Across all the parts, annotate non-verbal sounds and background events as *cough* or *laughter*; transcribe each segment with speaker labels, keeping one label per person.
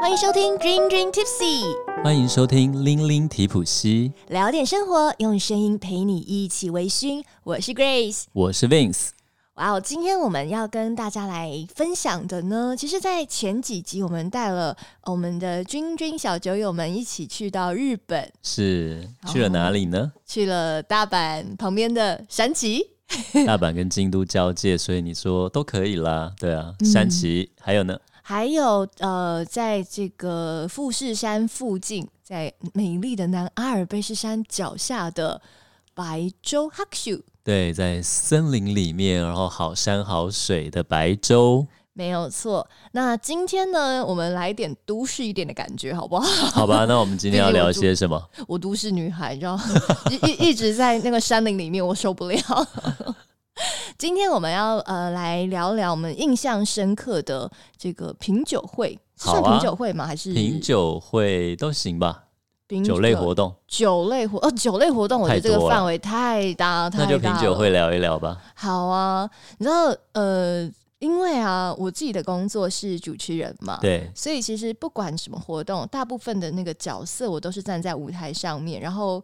Speaker 1: 欢迎收听 Dream Dream Tipsy，
Speaker 2: 欢迎收听《零零提普西》，
Speaker 1: 聊点生活，用声音陪你一起微醺。我是 Grace。
Speaker 2: 我是 Vince。
Speaker 1: 哇哦，今天我们要跟大家来分享的呢，其实，在前几集我们带了呃我们的君君小酒友们一起去到日本，
Speaker 2: 是
Speaker 1: 哦
Speaker 2: 去了哪里
Speaker 1: *laughs*
Speaker 2: 呢？
Speaker 1: 去了大阪旁边的山崎。
Speaker 2: 大阪跟京都交界，所以你说都可以啦。对啊，
Speaker 1: 嗯
Speaker 2: 山崎、还有呢？
Speaker 1: 还有呃，在这个富士山附近，在美丽的南阿尔卑斯山脚下的白州哈秀，
Speaker 2: 对，在森林里面，然后好山好水的白州，
Speaker 1: 没有错。那今天呢，我们来点都市一点的感觉，好 *laughs* 不好？
Speaker 2: 好吧？那我们今天要聊些什么？
Speaker 1: 我都市女孩，你知道， *laughs* 一一一直在那个山林里面，我受不了。 *laughs* 今天我们要呃来聊聊我们印象深刻的这个品酒会，是算
Speaker 2: 好啊
Speaker 1: 品酒会吗？还是
Speaker 2: 品酒会都行吧？
Speaker 1: 品
Speaker 2: 酒类活动，
Speaker 1: 酒类活哦，酒类活动，我觉得这
Speaker 2: 太
Speaker 1: 个
Speaker 2: 多了
Speaker 1: 范围太大太
Speaker 2: 那
Speaker 1: 大
Speaker 2: 就品酒会
Speaker 1: 了。
Speaker 2: 聊一聊吧。
Speaker 1: 好啊，你知道呃，因为啊，我自己的工作是主持人嘛，，
Speaker 2: 对，
Speaker 1: 所以其实不管什么活动，大部分的那个角色我都是站在舞台上面，然后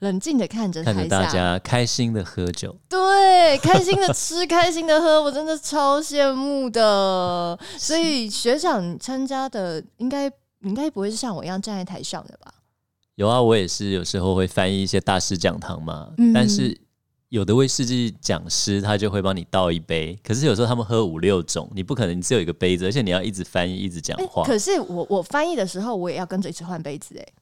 Speaker 1: 冷静的看着
Speaker 2: 看着
Speaker 1: 台
Speaker 2: 大
Speaker 1: 下，
Speaker 2: 家开心的喝酒，
Speaker 1: 对，开心的吃， *laughs* 开心的喝，我真的超羡慕的。所以学长参加的应该。你应该不会是像我一样站在台上的吧？
Speaker 2: 有啊，我也是有时候会翻译一些大师讲堂嘛，
Speaker 1: 嗯
Speaker 2: 但是有的威士忌讲师他就会帮你倒一杯，可是有时候他们喝五六种，你不可能只有一个杯子，而且你要一直翻译一直讲
Speaker 1: 哎、
Speaker 2: 话、
Speaker 1: 可是我我翻译的时候，我也要跟着一起换杯子哎、
Speaker 2: 哦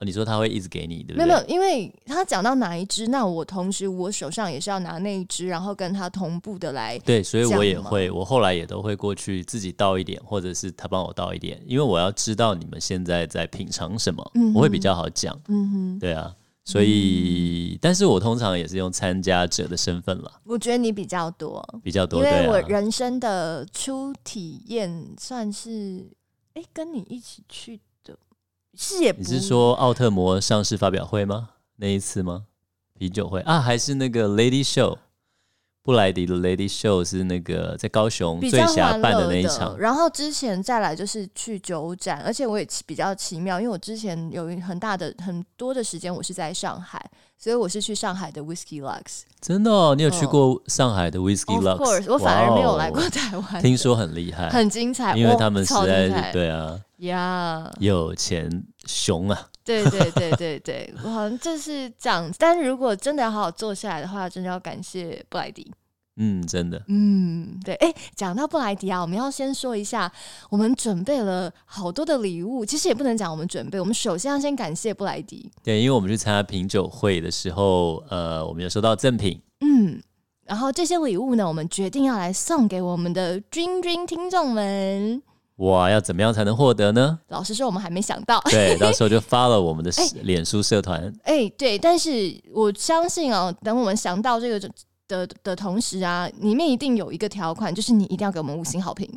Speaker 2: 你说他会一直给你，对不
Speaker 1: 没有
Speaker 2: 对？
Speaker 1: 没有，因为他讲到哪一支，那我同时我手上也是要拿那一支，然后跟他同步的来。
Speaker 2: 对，所以
Speaker 1: 这样
Speaker 2: 我也
Speaker 1: 吗
Speaker 2: 会，我后来也都会过去自己倒一点，或者是他帮我倒一点，因为我要知道你们现在在品尝什么，
Speaker 1: 嗯哼
Speaker 2: 我会比较好讲。
Speaker 1: 嗯哼，
Speaker 2: 对啊，所
Speaker 1: 嗯
Speaker 2: 以，但是我通常也是用参加者的身份啦，
Speaker 1: 我觉得你比较多，
Speaker 2: 比较多。
Speaker 1: 因为我
Speaker 2: 对啊，
Speaker 1: 人生的初体验算是，哎、跟你一起去的，是也不
Speaker 2: 你是说
Speaker 1: 哦
Speaker 2: 奥特摩上市发表会吗？那一次吗？啤酒会啊，还是那个 Lady Show？布莱迪的 Lady Show 是那个在高雄
Speaker 1: 比
Speaker 2: 最
Speaker 1: 较
Speaker 2: 狭
Speaker 1: 欢
Speaker 2: 办
Speaker 1: 乐
Speaker 2: 那一场，
Speaker 1: 然后之前再来就是去酒展，而且我也比较奇妙，因为我之前有很大的很多的时间我是在上海，所以我是去上海的 Whisky Lux。
Speaker 2: 真的哦，你有去
Speaker 1: 嗯
Speaker 2: 过上海的 Whisky
Speaker 1: Of
Speaker 2: Lux？
Speaker 1: course，我反而没有
Speaker 2: 哇哦
Speaker 1: 来过台湾，
Speaker 2: 听说很厉害，
Speaker 1: 很精彩，
Speaker 2: 因为
Speaker 1: 哇
Speaker 2: 他们实
Speaker 1: 超
Speaker 2: 在
Speaker 1: 精
Speaker 2: 是
Speaker 1: 彩
Speaker 2: 对啊，
Speaker 1: 呀，
Speaker 2: 有钱熊啊，
Speaker 1: 对对对对对，我好像就是这样。但如果真的要好好坐下来的话，真的要感谢布莱迪。
Speaker 2: 嗯，真的，
Speaker 1: 嗯，对，哎，讲到布莱迪啊，我们要先说一下，我们准备了好多的礼物，其实也不能讲我们准备，我们首先要先感谢布莱迪。
Speaker 2: 对，因为我们去参加品酒会的时候，呃，我们有收到赠品，
Speaker 1: 嗯，然后这些礼物呢，我们决定要来送给我们的君君听众们。
Speaker 2: 哇，要怎么样才能获得呢？
Speaker 1: 老实说，我们还没想到， *laughs*
Speaker 2: 对，到时候就发了我们的
Speaker 1: 哎
Speaker 2: 脸书社团，
Speaker 1: 哎、对，但是我相信哦，等我们想到这个的的的同时啊，里面一定有一个条款，就是你一定要给我们五星好评，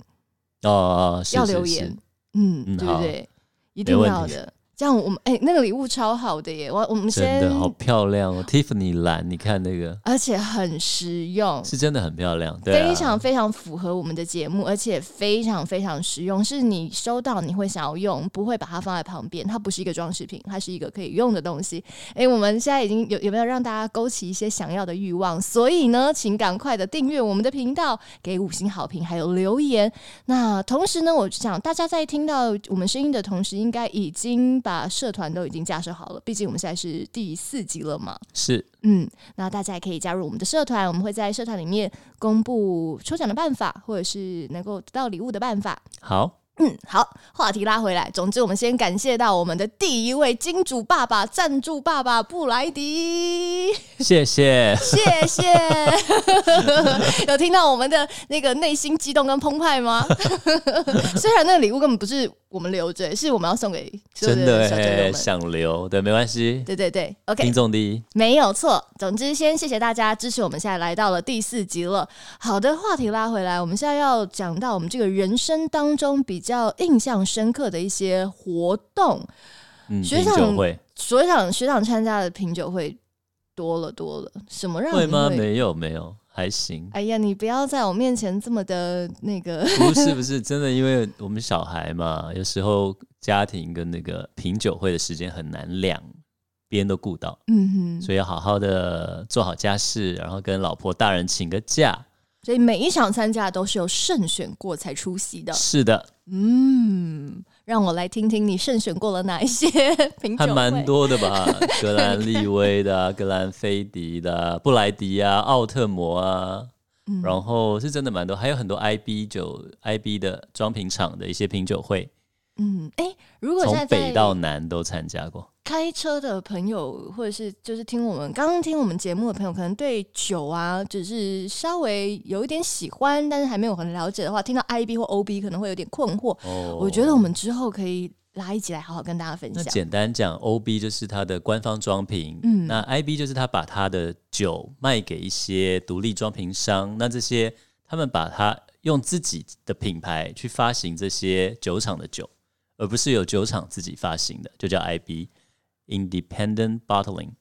Speaker 2: 哦，是
Speaker 1: 要
Speaker 2: 是
Speaker 1: 留
Speaker 2: 是
Speaker 1: 言，嗯，
Speaker 2: 嗯
Speaker 1: 对不
Speaker 2: 好
Speaker 1: 对？一
Speaker 2: 没
Speaker 1: 定
Speaker 2: 问
Speaker 1: 要
Speaker 2: 题
Speaker 1: 的。这样我们哎、那个礼物超好的耶！我我们
Speaker 2: 真
Speaker 1: 先，
Speaker 2: 的好漂亮哦，Tiffany 蓝，你看那个
Speaker 1: 而且很实用，
Speaker 2: 是真的很漂亮，对、啊，
Speaker 1: 非常非常符合我们的节目，而且非常非常实用，是你收到你会想要用，不会把它放在旁边，它不是一个装饰品，它是一个可以用的东西。诶，我们现在已经有有没有让大家勾起一些想要的欲望？所以呢，请赶快的订阅我们的频道，给五星好评，还有留言。那同时呢，我想大家在听到我们声音的同时，应该已经把社团都已经架设好了，毕竟我们现在是第四集了嘛。
Speaker 2: 是
Speaker 1: 嗯，那大家也可以加入我们的社团，我们会在社团里面公布抽奖的办法，或者是能够得到礼物的办法。
Speaker 2: 好， *laughs*
Speaker 1: 嗯，好，话题拉回来，总之我们先感谢到我们的第一位金主爸爸、赞助爸爸布莱 *laughs* 迪，
Speaker 2: 谢谢，
Speaker 1: 谢 *laughs* 谢。有听到我们的那个内心激动跟澎湃 *laughs* 吗？虽然那个礼物根本不是我们留着，是我们要送给所有
Speaker 2: 真的
Speaker 1: 小酒友
Speaker 2: 哎，
Speaker 1: 们。
Speaker 2: 想留，对，没关系，
Speaker 1: 对对对，OK，
Speaker 2: 听众第一，
Speaker 1: 没有错，总之先谢谢大家支持，我们现在来到了第四集了。好的，话题拉回来，我们现在要讲到我们这个人生当中比较印象深刻的一些活动。
Speaker 2: 嗯，
Speaker 1: 学
Speaker 2: 品
Speaker 1: 长
Speaker 2: 酒会
Speaker 1: 学长学长参加的品酒会多了多了，什么让
Speaker 2: 会
Speaker 1: 你
Speaker 2: 吗？
Speaker 1: 会。
Speaker 2: 没有没有，还行
Speaker 1: 哎呀，你不要在我面前这么的那个，
Speaker 2: 不是不是真的，因为我们小孩嘛，有时候家庭跟那个品酒会的时间很难两边都顾到，
Speaker 1: 嗯哼，
Speaker 2: 所以要好好的做好家事，然后跟老婆大人请个假。
Speaker 1: 所以每一场参加都是有慎选过才出席的。
Speaker 2: 是的，
Speaker 1: 嗯，让我来听听你慎选过了哪一些品酒
Speaker 2: 还
Speaker 1: 会
Speaker 2: 蛮多
Speaker 1: *laughs*
Speaker 2: 的吧，格兰利威的、啊、格兰菲迪的啊、布莱迪啊、奥特摩啊，
Speaker 1: 嗯
Speaker 2: 然后是真的蛮多，还有很多 IB 酒、IB 的装瓶厂的一些品酒会，
Speaker 1: 嗯，哎、如果现在
Speaker 2: 从北
Speaker 1: 在
Speaker 2: 到南都参加过。
Speaker 1: 开车的朋友，或者是就是听我们刚刚听我们节目的朋友，可能对酒啊，只是稍微有一点喜欢，但是还没有很了解的话，听到 IB 或 OB 可能会有点困惑。
Speaker 2: 哦
Speaker 1: 我觉得我们之后可以拉一集来好好跟大家分
Speaker 2: 那
Speaker 1: 享。
Speaker 2: 简单讲，OB 就是它的官方装瓶，
Speaker 1: 嗯
Speaker 2: 那 IB 就是它把它的酒卖给一些独立装瓶商，那这些他们把它用自己的品牌去发行这些酒厂的酒，而不是由酒厂自己发行的，就叫 IB（Independent Bottling）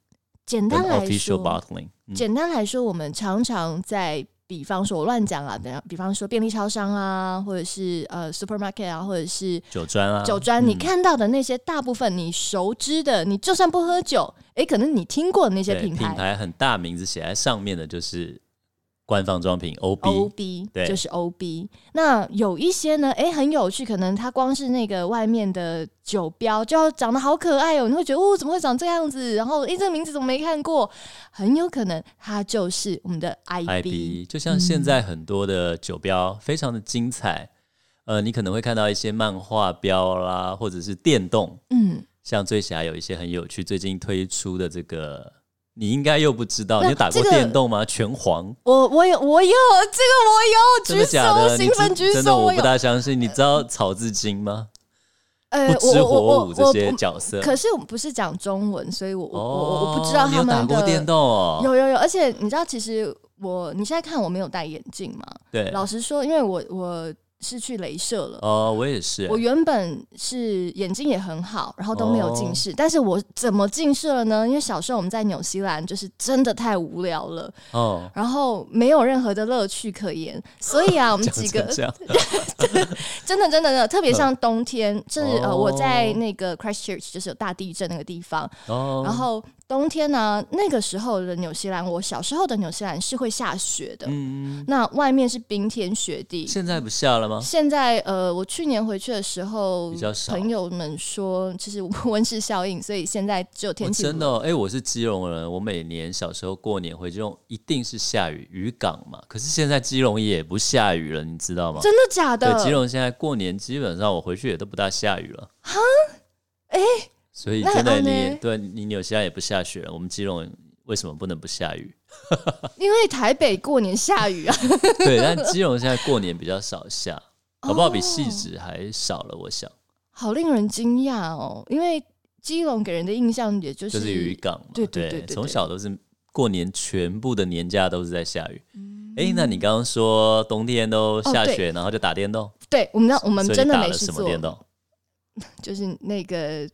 Speaker 1: 简
Speaker 2: 跟
Speaker 1: 单来
Speaker 2: Official
Speaker 1: 说，
Speaker 2: Bottling。嗯
Speaker 1: 简单来说，我们常常在比方说，我乱讲啊，比方比方说便利超商啊，或者是呃 supermarket 啊，或者是
Speaker 2: 酒庄啊，
Speaker 1: 酒庄，你
Speaker 2: 嗯
Speaker 1: 看到的那些大部分你熟知的，你就算不喝酒，诶，可能你听过的那些
Speaker 2: 对
Speaker 1: 品牌
Speaker 2: 很大，名字写在上面的就是官方装瓶
Speaker 1: O
Speaker 2: OB，
Speaker 1: B
Speaker 2: 对
Speaker 1: 就是 O B。那有一些呢，诶，很有趣，可能它光是那个外面的酒标就要长得好可爱哦，你会觉得哦，怎么会长这样子？然后诶，这个名字怎么没看过？很有可能它就是我们的 I B。
Speaker 2: IB，就像
Speaker 1: 嗯
Speaker 2: 现在很多的酒标、非常的精彩，呃，你可能会看到一些漫画标啦，或者是电动，
Speaker 1: 嗯，
Speaker 2: 像醉侠有一些很有趣，最近推出的这个，你应该又不知道，
Speaker 1: 那
Speaker 2: 你有打过
Speaker 1: 这个
Speaker 2: 电动吗？拳皇，
Speaker 1: 我我有我有这
Speaker 2: 真
Speaker 1: 个我有
Speaker 2: 的
Speaker 1: 举
Speaker 2: 假的？
Speaker 1: 手，
Speaker 2: 你
Speaker 1: 兴奋
Speaker 2: 知
Speaker 1: 举
Speaker 2: 真的
Speaker 1: 手，
Speaker 2: 我不
Speaker 1: 有。
Speaker 2: 大相信，你知道草字经吗？
Speaker 1: 呃
Speaker 2: 不
Speaker 1: 我
Speaker 2: 知
Speaker 1: 我
Speaker 2: 火
Speaker 1: 我
Speaker 2: 舞
Speaker 1: 我
Speaker 2: 这些
Speaker 1: 不
Speaker 2: 角色，
Speaker 1: 可是我们不是讲中文，所以我我我
Speaker 2: 哦，
Speaker 1: 我不知道
Speaker 2: 你
Speaker 1: 他
Speaker 2: 有打
Speaker 1: 们
Speaker 2: 过电
Speaker 1: 的。
Speaker 2: 动哦，
Speaker 1: 有有有，而且你知道，其实我你现在看我没有戴眼镜嘛？
Speaker 2: 对，
Speaker 1: 老实说，因为我我是去镭射了。
Speaker 2: 哦，我也是
Speaker 1: 我，原本是眼睛也很好，然后都没有近
Speaker 2: 哦
Speaker 1: 视，但是我怎么近视了呢？因为小时候我们在纽西兰就是真的太无聊了，
Speaker 2: 哦，
Speaker 1: 然后没有任何的乐趣可言，所以啊，我们
Speaker 2: 讲 *laughs*
Speaker 1: 几个
Speaker 2: 成这样，
Speaker 1: 真的真的真的，特别像冬天，甚至呃
Speaker 2: 哦
Speaker 1: 我在那个 Christchurch 就是有大地震那个地方，
Speaker 2: 哦，
Speaker 1: 然后冬天呢，那个时候的纽西兰，我小时候的纽西兰是会下雪的，
Speaker 2: 嗯，嗯
Speaker 1: 那外面是冰天雪地。
Speaker 2: 现在不下了吗？
Speaker 1: 现在呃，我去年回去的时候
Speaker 2: 啊比较，
Speaker 1: 嗯
Speaker 2: 少哦
Speaker 1: 朋友们说这是 *laughs* 温室效应，所以现在只有天
Speaker 2: 我
Speaker 1: 气、
Speaker 2: 真的、哦，哎、我是基隆人，我每年小时候过年回基隆一定是下雨，渔港嘛。可是现在基隆也不下雨了，你知道吗？
Speaker 1: 真的假的？
Speaker 2: 对，基隆现在过年基本上我回去也都不大下雨了。哈，
Speaker 1: 哎
Speaker 2: 所以
Speaker 1: 那
Speaker 2: 真的
Speaker 1: 然后
Speaker 2: 你
Speaker 1: 呢
Speaker 2: 也对你纽西兰也不下雪了，我们基隆人为什么不能不下雨？
Speaker 1: 因为台北过年下雨啊，
Speaker 2: 对，但基隆现在过年比较
Speaker 1: *laughs*
Speaker 2: 少下，搞不好比
Speaker 1: 细
Speaker 2: 细
Speaker 1: 致。
Speaker 2: 致还少了，我想
Speaker 1: *laughs* 好令人惊讶哦，因为基隆给人的印象也就是
Speaker 2: 就是渔港嘛。
Speaker 1: 对对对对对
Speaker 2: 从小都是过年全部的年假都是在下雨。哎、那你刚刚说冬天都下
Speaker 1: 嗯哦对
Speaker 2: 雪，然后就打电动，
Speaker 1: 对，我们知道我们
Speaker 2: 所以
Speaker 1: 真
Speaker 2: 你
Speaker 1: 的
Speaker 2: 打
Speaker 1: 没
Speaker 2: 了
Speaker 1: 事
Speaker 2: 什么
Speaker 1: 做，
Speaker 2: 电动？
Speaker 1: 就是那个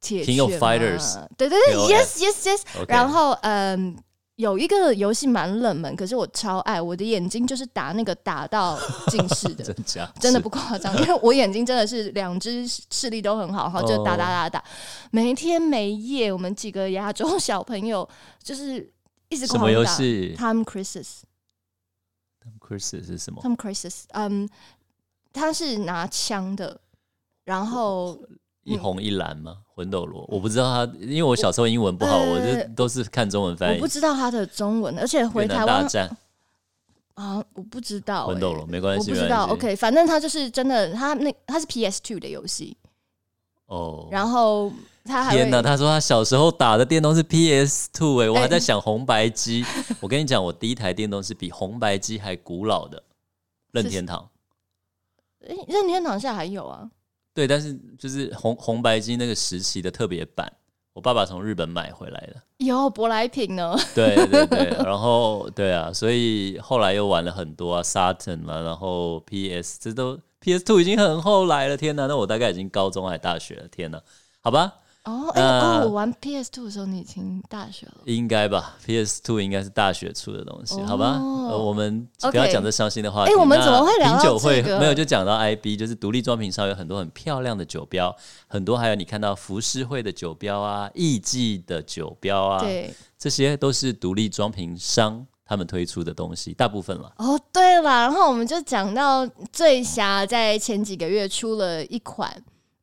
Speaker 1: 铁
Speaker 2: King of
Speaker 1: 拳
Speaker 2: Fighters
Speaker 1: 嘛对对对
Speaker 2: KOF
Speaker 1: ，yes yes yes。
Speaker 2: OK
Speaker 1: 然后嗯，有一个游戏蛮冷门，可是我超爱，我的眼睛就是打那个打到近视的
Speaker 2: 真。假
Speaker 1: 真的
Speaker 2: 是
Speaker 1: 不夸张，因为我眼睛真的是两只视力都很好，然后
Speaker 2: 哦
Speaker 1: 就打打打打，没天没夜。我们几个亚洲小朋友 *laughs* 就是一直
Speaker 2: 什
Speaker 1: 狂打。
Speaker 2: 么游戏
Speaker 1: Time Crisis。
Speaker 2: ？Chris 是什么？
Speaker 1: Tom Cruise，嗯，他是拿枪的，然
Speaker 2: 哦
Speaker 1: 后
Speaker 2: 一红一蓝吗？魂斗罗？我不知道他，因为我小时候英文不好，
Speaker 1: 呃
Speaker 2: 我就都是看中文
Speaker 1: 我
Speaker 2: 翻译
Speaker 1: 不。知道他的中文，而且
Speaker 2: 越
Speaker 1: 回台
Speaker 2: 南大
Speaker 1: 湾
Speaker 2: 战、
Speaker 1: 啊，我不知道、欸，
Speaker 2: 魂斗罗没关
Speaker 1: 我
Speaker 2: 系，
Speaker 1: 不
Speaker 2: 没
Speaker 1: 知道
Speaker 2: 关系
Speaker 1: ，OK，反正他就是真的，他那他是 PS Two 的游戏，
Speaker 2: 哦。
Speaker 1: 然后他还
Speaker 2: 天
Speaker 1: 会
Speaker 2: 呐，他说他小时候打的电动是 PS Two，哎，我还
Speaker 1: 哎
Speaker 2: 在想红白机。我跟你讲，我第一台电动是比红白机还古老的任
Speaker 1: 是
Speaker 2: 天堂。
Speaker 1: 诶任天堂下还有啊，
Speaker 2: 对，但是就是红红白机那个时期的特别版，我爸爸从日本买回来的。
Speaker 1: 有舶来品呢，
Speaker 2: 对对对， *laughs* 然后对啊，所以后来又玩了很多啊，Saturn 啦，然后 PS，这都 PS Two 已经很后来了，天哪！那我大概已经高中还大学了，天哪！好吧，
Speaker 1: 哦，哎、
Speaker 2: 那
Speaker 1: 哦，我玩 PS Two 的时候你已经大学了，
Speaker 2: 应该吧？PS Two 应该是大学出的东西，
Speaker 1: 哦
Speaker 2: 好吧？呃，我们
Speaker 1: OK
Speaker 2: 不要讲这伤心的话题。
Speaker 1: 哎我们
Speaker 2: 那
Speaker 1: 怎么会聊到
Speaker 2: 品酒会？
Speaker 1: 这个
Speaker 2: 没有，就讲到 IB，就是独立装瓶上有很多很漂亮的酒标，很多还有你看到浮世绘的酒标啊、艺伎的酒标啊，
Speaker 1: 对。
Speaker 2: 这些都是独立装瓶商他们推出的东西，大部分了。
Speaker 1: 哦，对了，然后我们就讲到醉侠在前几个月出了一款，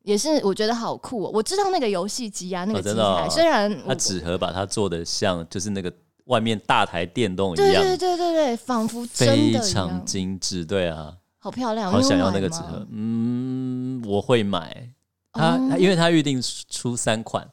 Speaker 1: 也是我觉得好酷、哦。我知道那个游戏机啊，那个
Speaker 2: 哦
Speaker 1: 机
Speaker 2: 真
Speaker 1: 台，
Speaker 2: 的哦
Speaker 1: 虽然我
Speaker 2: 它纸盒把它做的像就是那个外面大台电动一
Speaker 1: 对
Speaker 2: 样，
Speaker 1: 对对对对，仿佛真的一
Speaker 2: 非
Speaker 1: 样
Speaker 2: 常精致。对啊，
Speaker 1: 好漂亮，
Speaker 2: 好
Speaker 1: 你有
Speaker 2: 想要
Speaker 1: 买
Speaker 2: 那个
Speaker 1: 吗
Speaker 2: 纸盒。嗯，我会买。它
Speaker 1: 哦
Speaker 2: 它因为它预定出三款，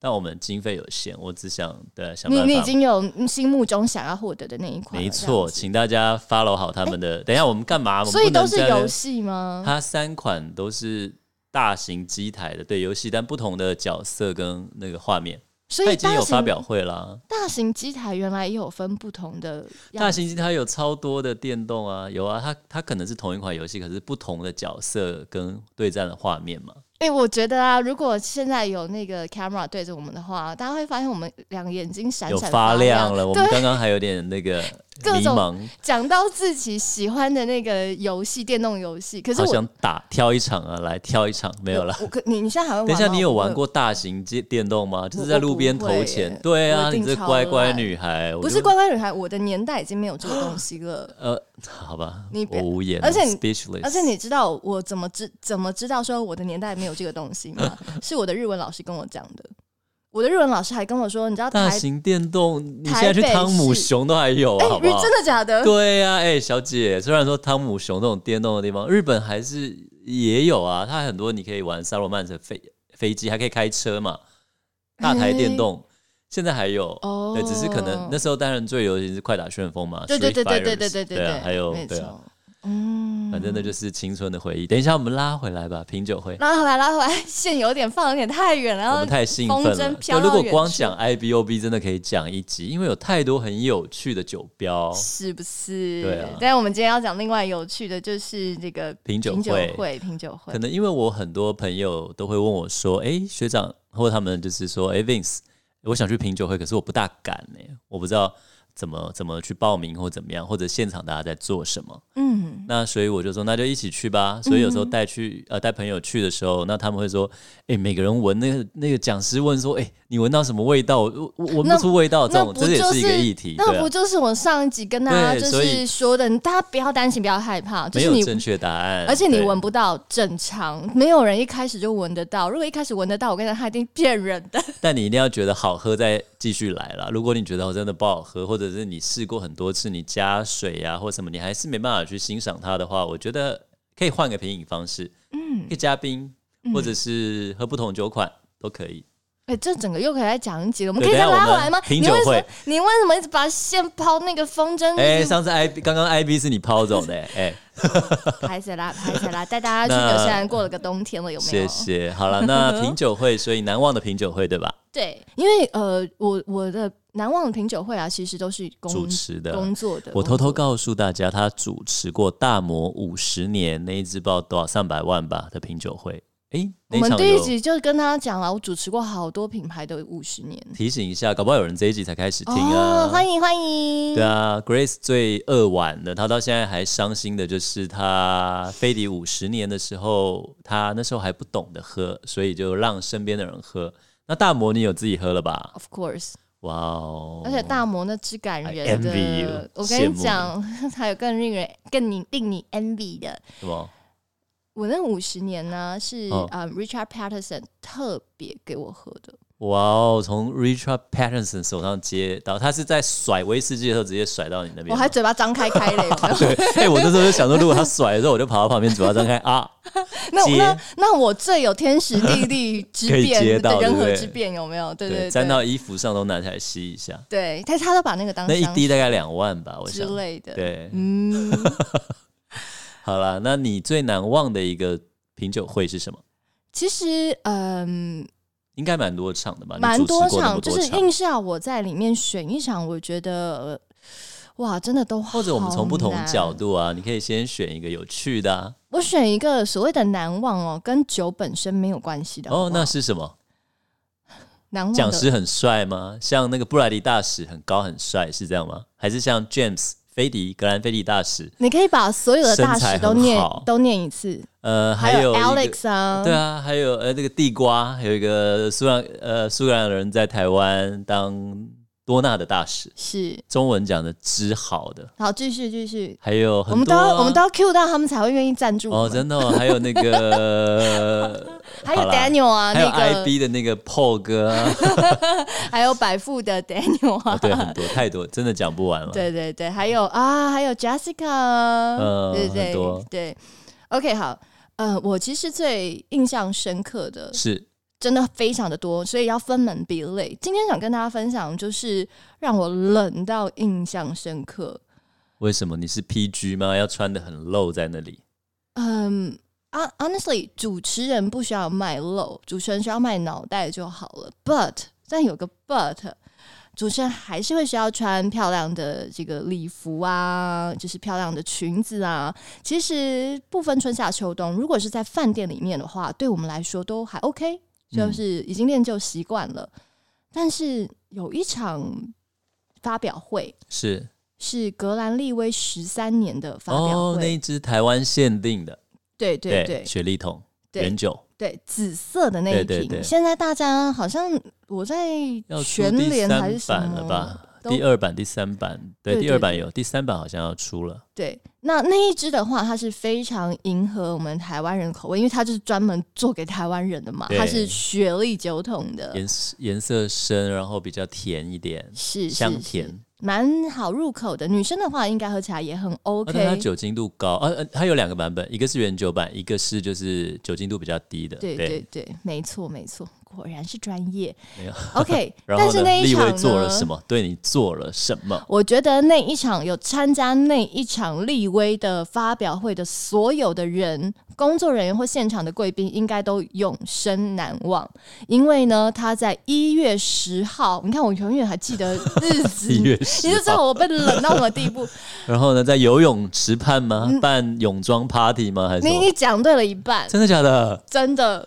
Speaker 2: 但我们经费有限，我只想对啊想
Speaker 1: 你
Speaker 2: 办
Speaker 1: 你已
Speaker 2: 法。
Speaker 1: 经有心目中想要获得的那一款了，
Speaker 2: 没
Speaker 1: 这样
Speaker 2: 错，
Speaker 1: 子，
Speaker 2: 请大家 follow 好他们的。等一下我们干嘛？我们
Speaker 1: 所以
Speaker 2: 不能
Speaker 1: 都是
Speaker 2: 在
Speaker 1: 游戏啊吗？
Speaker 2: 它三款都是大型机台的对游戏，但不同的角色跟那个画面，
Speaker 1: 所
Speaker 2: 它
Speaker 1: 以
Speaker 2: 已经
Speaker 1: 大
Speaker 2: 有发
Speaker 1: 型
Speaker 2: 表会啦。
Speaker 1: 大型机台原来也有分不同的样
Speaker 2: 大型机它有超多的电动啊，有啊，它它可能是同一款游戏，可是不同的角色跟对战的画面嘛。
Speaker 1: 哎、我觉得啊，如果现在有那个 camera 对着我们的话，大家会发现我们两个眼睛闪
Speaker 2: 有
Speaker 1: 闪
Speaker 2: 发亮
Speaker 1: 亮
Speaker 2: 了。我们
Speaker 1: 对，
Speaker 2: 刚刚还有点那个
Speaker 1: 各
Speaker 2: 迷
Speaker 1: 种
Speaker 2: 茫，
Speaker 1: 讲到自己喜欢的那个游戏，电动游戏，可是
Speaker 2: 好
Speaker 1: 我
Speaker 2: 想打挑一场啊，来挑一场，没有啦。
Speaker 1: 我可你你现在还
Speaker 2: *laughs*
Speaker 1: 会玩
Speaker 2: 等一下，
Speaker 1: 吗
Speaker 2: 你有玩？
Speaker 1: 我
Speaker 2: 过大型电电动吗？就是
Speaker 1: 我
Speaker 2: 在路边
Speaker 1: 不
Speaker 2: 投
Speaker 1: 会
Speaker 2: 钱
Speaker 1: 耶。
Speaker 2: 对
Speaker 1: 我
Speaker 2: 啊，
Speaker 1: 一定
Speaker 2: 你这
Speaker 1: 超
Speaker 2: 乖乖
Speaker 1: 烂
Speaker 2: 女孩，
Speaker 1: 不
Speaker 2: 我
Speaker 1: 会不
Speaker 2: 就是。
Speaker 1: 乖乖女孩，我的年代已经没有这个东西了
Speaker 2: *laughs* 呃，好吧，
Speaker 1: 你别
Speaker 2: 我无言了，
Speaker 1: 而且你
Speaker 2: speechless，
Speaker 1: 而且你知道我怎么知怎么知道说我的年代没有这个东西
Speaker 2: *laughs*
Speaker 1: 吗？是我的日文老师跟我讲的。我的日文老师还跟我说，你知道
Speaker 2: 大
Speaker 1: 台
Speaker 2: 型电动，你
Speaker 1: 台
Speaker 2: 现在去
Speaker 1: 北
Speaker 2: 汤姆
Speaker 1: 市
Speaker 2: 熊都还有
Speaker 1: 哎、
Speaker 2: 啊，好不
Speaker 1: 日
Speaker 2: 好？
Speaker 1: 真的假 *laughs* 的？
Speaker 2: 对呀、哎、小姐，虽然说汤姆熊这种电动的地方，日本还是也有啊，它很多你可以玩萨罗曼的飞飞机，还可以开车嘛，大台电动。现在还有
Speaker 1: 哎哦
Speaker 2: 对，只是可能那时候当然最流行是快打旋风嘛，
Speaker 1: 对对对
Speaker 2: Street
Speaker 1: 对对对
Speaker 2: Fighters，
Speaker 1: 对对
Speaker 2: 对啊，还有
Speaker 1: 没
Speaker 2: 对啊，
Speaker 1: 错，嗯，
Speaker 2: 反正那就是青春的回忆。等一下我们拉回来吧，品酒会，
Speaker 1: 拉回来，拉回来，线有点放有点太远了，嗯然
Speaker 2: 我
Speaker 1: 后
Speaker 2: 们太兴
Speaker 1: 风
Speaker 2: 奋
Speaker 1: 筝
Speaker 2: 了。
Speaker 1: 飘
Speaker 2: 对，
Speaker 1: 到
Speaker 2: 如果
Speaker 1: 远
Speaker 2: 光
Speaker 1: 处
Speaker 2: 讲 IBOB 真的可以讲一集，因为有太多很有趣的酒标。
Speaker 1: 是不是？
Speaker 2: 对啊
Speaker 1: 但我们今天要讲另外有趣的，就是这个
Speaker 2: 品酒
Speaker 1: 品酒
Speaker 2: 会
Speaker 1: 会，品酒会
Speaker 2: 可。能因为我很多朋友都会问我说：“诶，学长，或他们就是说，诶 v i n c e 我想去品酒会，可是我不大敢呢、我不知道怎么怎么去报名或怎么样，或者现场大家在做什么。
Speaker 1: 嗯，
Speaker 2: 那所以我就说，那就一起去吧。所以有时候带去、呃带朋友去的时候，那他们会说：诶，每个人闻那个那个讲师问说：诶，你闻到什么味道？我我我闻
Speaker 1: 那
Speaker 2: 不出味哦道，这
Speaker 1: 那
Speaker 2: 种
Speaker 1: 不
Speaker 2: 这也
Speaker 1: 就是
Speaker 2: 一个议题，对
Speaker 1: 那
Speaker 2: 啊
Speaker 1: 不，就是我上一集跟大家
Speaker 2: 对
Speaker 1: 就
Speaker 2: 所
Speaker 1: 是
Speaker 2: 以
Speaker 1: 说的，大家不要担心，不要害怕，就
Speaker 2: 没
Speaker 1: 是
Speaker 2: 有
Speaker 1: 你。
Speaker 2: 正确答案，
Speaker 1: 而且你
Speaker 2: 对
Speaker 1: 闻不到正常，没有人一开始就闻得到。如果一开始闻得到，我跟你讲，他一定骗人的。 *laughs*
Speaker 2: 但你一定要觉得好喝再继续来啦。如果你觉得真的不好喝，或者是你试过很多次，你加水啊或什么，你还是没办法去欣赏它的话，我觉得可以换个品饮方式，嗯，可以加冰，
Speaker 1: 嗯
Speaker 2: 或者是喝不同酒款。都可以，
Speaker 1: 哎、这整个又可以再讲一集了，我们可
Speaker 2: 对
Speaker 1: 以再
Speaker 2: 等一下
Speaker 1: 拉
Speaker 2: 我
Speaker 1: 回
Speaker 2: 们
Speaker 1: 来吗？
Speaker 2: 品
Speaker 1: 你
Speaker 2: 酒
Speaker 1: 为什么
Speaker 2: 会
Speaker 1: 你为什么一直把线抛那个风筝？
Speaker 2: 哎、
Speaker 1: 一直
Speaker 2: 上次
Speaker 1: *laughs*
Speaker 2: I B 刚刚 I B 是你抛走的、哎、
Speaker 1: 拍谁啦，拍谁啦，带大家去
Speaker 2: 那
Speaker 1: 纽西兰过了个冬天了，有 *laughs* 没有？
Speaker 2: 谢谢。好了，那品酒会，所以难忘的品酒会
Speaker 1: *laughs*
Speaker 2: 对吧？
Speaker 1: 对，因为呃，我我的难忘的品酒会啊，其实都是工
Speaker 2: 主持的，
Speaker 1: 工作的。
Speaker 2: 我偷偷
Speaker 1: 工作
Speaker 2: 告诉大家，他主持过大魔五十年那一支，不知道多少上百万吧的品酒会。诶，
Speaker 1: 我
Speaker 2: 那
Speaker 1: 们
Speaker 2: 场
Speaker 1: 第一
Speaker 2: 有
Speaker 1: 集就跟他讲了，我主持过好多品牌的五十年。
Speaker 2: 提醒一下，搞不好有人这一集才开始听啊。
Speaker 1: 哦，欢迎欢迎。
Speaker 2: 对啊，Grace 最扼腕的，她到现在还伤心的就是她飞迪五十年的时候，她那时候还不懂得喝，所以就让身边的人喝。那大魔你有自己喝了吧？
Speaker 1: Of course，
Speaker 2: 哇哦！
Speaker 1: 而且大魔那之感
Speaker 2: I
Speaker 1: 人
Speaker 2: envy you，
Speaker 1: 的，我跟
Speaker 2: 羡
Speaker 1: 你
Speaker 2: 慕
Speaker 1: 讲， *laughs* 还有更令人、更你令你 envy 的，
Speaker 2: 什么？
Speaker 1: 我那五十年呢是
Speaker 2: 哦
Speaker 1: 呃 Richard Patterson 特别给我喝的，
Speaker 2: 哇哦！从 Richard Patterson 手上接到，他是在甩威士忌的时候直接甩到你那边吗。
Speaker 1: 我还嘴巴张开开嘞，有没有
Speaker 2: *laughs* 对，哎、我那时候就想说，如果他甩的时候，我就跑到旁边，嘴巴张开啊，
Speaker 1: 那
Speaker 2: 接
Speaker 1: 那那我最有天时地
Speaker 2: *laughs*
Speaker 1: 利之
Speaker 2: 可以接
Speaker 1: 变的
Speaker 2: 到
Speaker 1: 人
Speaker 2: 对不
Speaker 1: 和
Speaker 2: 对
Speaker 1: 之变有没有？对对，
Speaker 2: 沾到衣服上都拿起来吸一下，
Speaker 1: 对，但是他都把那个当
Speaker 2: 那一
Speaker 1: 香
Speaker 2: 滴大概两万吧，我
Speaker 1: 之
Speaker 2: 想。
Speaker 1: 类的。
Speaker 2: 对，
Speaker 1: 嗯， *laughs*
Speaker 2: 好啦，那你最难忘的一个品酒会是什么？
Speaker 1: 其实嗯，
Speaker 2: 应该蛮多场的啊吧？你
Speaker 1: 蛮
Speaker 2: 主持过那
Speaker 1: 场，
Speaker 2: 么
Speaker 1: 就
Speaker 2: 多
Speaker 1: 是
Speaker 2: 场
Speaker 1: 硬是要我在里面选一场，我觉得呃哇，真的都
Speaker 2: 或
Speaker 1: 或
Speaker 2: 者我们从不同角，度啊，你可以先选一个有趣的、啊。
Speaker 1: 我选一个所谓的难忘哦，跟酒本身没有关系的好不
Speaker 2: 哦，那
Speaker 1: 好
Speaker 2: 是什么？
Speaker 1: 难忘的
Speaker 2: 讲师很帅吗？像那个布莱迪大使很高很帅是这样吗？还是像 James 菲迪格兰菲迪大使？
Speaker 1: 你可以把所有的大
Speaker 2: 身材
Speaker 1: 使
Speaker 2: 很
Speaker 1: 都念
Speaker 2: 好
Speaker 1: 都念一次，
Speaker 2: 呃，
Speaker 1: 还
Speaker 2: 有一个
Speaker 1: Alex 啊，
Speaker 2: 对啊，还有呃，这个地瓜，还有一个苏格兰呃苏格兰人在台湾当多纳的大使，
Speaker 1: 是。
Speaker 2: 中文讲的之好的，
Speaker 1: 好，继续继续，
Speaker 2: 还有
Speaker 1: 我
Speaker 2: 很
Speaker 1: 们都
Speaker 2: 多啊、
Speaker 1: 要我们都要 Q 到他们才会愿意赞助我
Speaker 2: 哦，
Speaker 1: 们。
Speaker 2: 真的、哦，还有那
Speaker 1: *laughs*
Speaker 2: 个
Speaker 1: 还有
Speaker 2: 好啦
Speaker 1: Daniel 啊，
Speaker 2: 还有
Speaker 1: 那
Speaker 2: IB
Speaker 1: 个
Speaker 2: 的那个 Paul 哥、啊，
Speaker 1: 还有百富的 Daniel
Speaker 2: 哦
Speaker 1: 啊，
Speaker 2: *laughs* 对，很多太多，真的讲不完了。
Speaker 1: 对对对，还有啊，还有 Jessica，啊、
Speaker 2: 嗯
Speaker 1: 对
Speaker 2: 很
Speaker 1: 对
Speaker 2: 多
Speaker 1: 对，OK，好，呃，我其实最印象深刻的
Speaker 2: 是
Speaker 1: 真的非常的多，所以要分门别类。今天想跟大家分享，就是让我冷到印象深刻。
Speaker 2: 为什么你是 PG 吗？要穿的很露在那里？
Speaker 1: 嗯，hon-，honestly，主持人不需要卖肉，主持人需要卖脑袋就好了。But，但有个 but，主持人还是会需要穿漂亮的这个礼服啊，就是漂亮的裙子啊。其实不分春夏秋冬，如果是在饭店里面的话，对我们来说都还
Speaker 2: 嗯
Speaker 1: OK，就是已经练就习惯了。但是有一场发表会
Speaker 2: 是
Speaker 1: 是格兰利威十三年的发表
Speaker 2: 哦，那
Speaker 1: 会，
Speaker 2: 一只台湾限定的，
Speaker 1: 对对对，
Speaker 2: 雪莉桶
Speaker 1: 对
Speaker 2: 原酒
Speaker 1: 对，紫色的那一
Speaker 2: 对
Speaker 1: 瓶。
Speaker 2: 对对
Speaker 1: 现在大家好像我在
Speaker 2: 要出
Speaker 1: 全
Speaker 2: 第
Speaker 1: 联还是
Speaker 2: 三
Speaker 1: 什
Speaker 2: 版
Speaker 1: 么
Speaker 2: 了吧？
Speaker 1: 都
Speaker 2: 第二版、第三版，对，
Speaker 1: 对
Speaker 2: 第
Speaker 1: 对
Speaker 2: 二版
Speaker 1: 对
Speaker 2: 有，第三版好像要出了。
Speaker 1: 对，那那一支的话，它是非常迎合我们台湾人口味，因为它就是专门做给台湾人的嘛，
Speaker 2: 对
Speaker 1: 它是雪莉酒桶的，
Speaker 2: 颜色颜色深，然后比较甜一点，
Speaker 1: 是是
Speaker 2: 香
Speaker 1: 是
Speaker 2: 甜。
Speaker 1: 蛮好入口的。女生的话，应该喝起来也很
Speaker 2: 而
Speaker 1: OK
Speaker 2: 哦且。它酒精度高，呃、呃，它有两个版本，一个是原酒版，一个是就是酒精度比较低的。
Speaker 1: 对对对，没错没错，果然是专业
Speaker 2: 没有。
Speaker 1: OK，
Speaker 2: *laughs* 然
Speaker 1: 但
Speaker 2: 后
Speaker 1: 是
Speaker 2: 呢，
Speaker 1: 那一
Speaker 2: 立
Speaker 1: 场
Speaker 2: 威
Speaker 1: 呢
Speaker 2: 做了什么？对你做了什么？
Speaker 1: 我觉得那一场有参加那一场立威的发表会的所有的人，工作人员或现场的贵宾，应该都永生难忘。因为呢，他在一月十号，你看我永远还记得日 *laughs* 子，
Speaker 2: 一月
Speaker 1: 你
Speaker 2: 十
Speaker 1: 就知道
Speaker 2: 号。
Speaker 1: 我被冷到什么地步。
Speaker 2: 然后呢，在游泳池畔吗？办泳装 party 吗？还是什
Speaker 1: 你
Speaker 2: 么？
Speaker 1: 你讲对了嗯一半，
Speaker 2: 真的
Speaker 1: *laughs*
Speaker 2: 假的？
Speaker 1: 真的。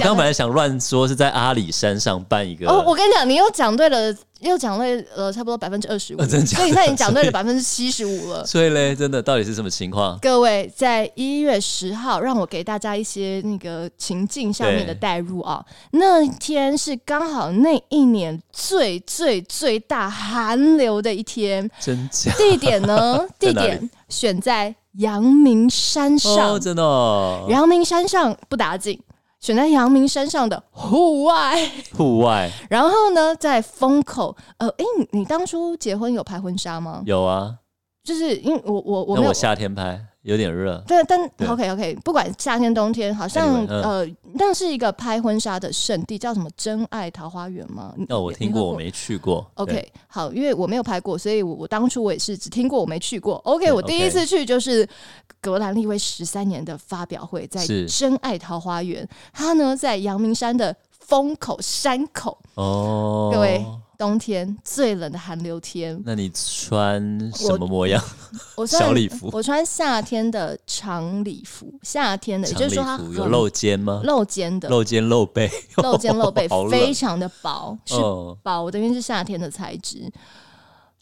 Speaker 1: 讲
Speaker 2: 刚
Speaker 1: 得
Speaker 2: 本来想乱说是在阿里山上办一个，
Speaker 1: 哦，我跟你讲，你又讲对了，又讲对了，呃差不多百分之二十五，
Speaker 2: 呃真的假的
Speaker 1: 所以你看你讲 *laughs* 对了百分之七十五了。
Speaker 2: 所以嘞，真的到底是什么情况？
Speaker 1: 各位，在一月十号，让我给大家一些那个情境上面的代入啊。那天是刚好那一年最最最大寒流的一天，
Speaker 2: 真假？
Speaker 1: 地点呢？
Speaker 2: *laughs* 在
Speaker 1: 地
Speaker 2: 哪里
Speaker 1: 点选在阳明山上
Speaker 2: 哦，。真的、哦，
Speaker 1: 阳、明山上不打紧，选在阳明山上的户外。
Speaker 2: 户外
Speaker 1: 然后呢，在风口，呃，诶，你你当初结婚有拍婚纱吗？
Speaker 2: 有啊。
Speaker 1: 就是因为我我我
Speaker 2: 那
Speaker 1: 没有
Speaker 2: 我夏天拍有点热，
Speaker 1: 对，但
Speaker 2: 对
Speaker 1: OK OK，不管夏天冬天，好像
Speaker 2: Anyway，嗯
Speaker 1: 呃，那是一个拍婚纱的圣地，叫什么“真爱桃花源”吗？你
Speaker 2: 哦，我
Speaker 1: 你
Speaker 2: 听
Speaker 1: 你
Speaker 2: 过，
Speaker 1: 喝
Speaker 2: 我没去过。对
Speaker 1: OK，好，因为我没有拍过，所以我我当初我也是只听过，我没去过。OK，
Speaker 2: 对
Speaker 1: 我第一
Speaker 2: OK
Speaker 1: 次去就是格兰利威十三年的发表会，在
Speaker 2: 是
Speaker 1: 真爱桃花源，它呢在阳明山的风口山口，
Speaker 2: 哦，
Speaker 1: 各位冬天最冷的寒流天，
Speaker 2: 那你穿什么模样？
Speaker 1: 我虽然
Speaker 2: 小礼服，
Speaker 1: 我穿夏天的长礼服，夏天的，也
Speaker 2: 长
Speaker 1: 就是
Speaker 2: 礼
Speaker 1: 说它
Speaker 2: 服有
Speaker 1: 很
Speaker 2: 露肩吗？
Speaker 1: 露肩的，
Speaker 2: 露肩露背，，
Speaker 1: *laughs* 露肩露背
Speaker 2: 好冷
Speaker 1: 非常的薄，是
Speaker 2: 哦，
Speaker 1: 薄的，因为是夏天的材质，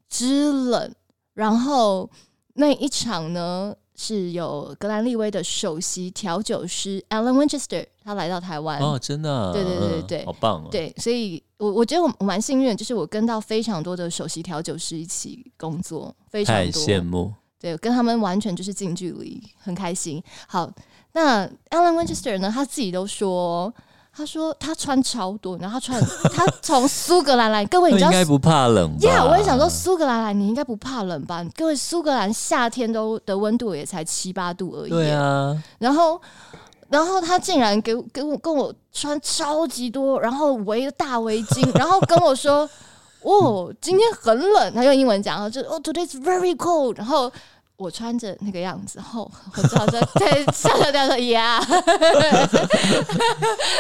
Speaker 1: 之冷。然后那一场呢，是有格兰利威的首席调酒师 Alan Winchester，他来到台湾。
Speaker 2: 哦，真的
Speaker 1: 嗯
Speaker 2: 啊，
Speaker 1: 对对对
Speaker 2: 嗯
Speaker 1: 对
Speaker 2: 好棒哦。
Speaker 1: 对，所以我我觉得我我蛮幸运的，就是我跟到非常多的首席调酒师一起工作，非常
Speaker 2: 太
Speaker 1: 多。
Speaker 2: 羡慕，
Speaker 1: 对，跟他们完全就是近距离，很开心。好，那 Alan Winchester 呢，他自己都说，他说他穿超多，然后他穿，他从苏格兰来，各位
Speaker 2: 那
Speaker 1: 你知
Speaker 2: 应
Speaker 1: 道。
Speaker 2: 该不怕冷吧？
Speaker 1: 呀我也想说，苏格兰来，你应该不怕冷吧？各位，苏格兰夏天都的温度也才七八度而已。
Speaker 2: 对啊，
Speaker 1: 然后，然后他竟然给我给我跟我穿超级多，然后围着大围巾，然后跟我说：“哦，今天很冷。”他用英文讲，然后就哦，today's very "Oh, cold。然后我穿着那个样子后，我只好在在上头掉说呀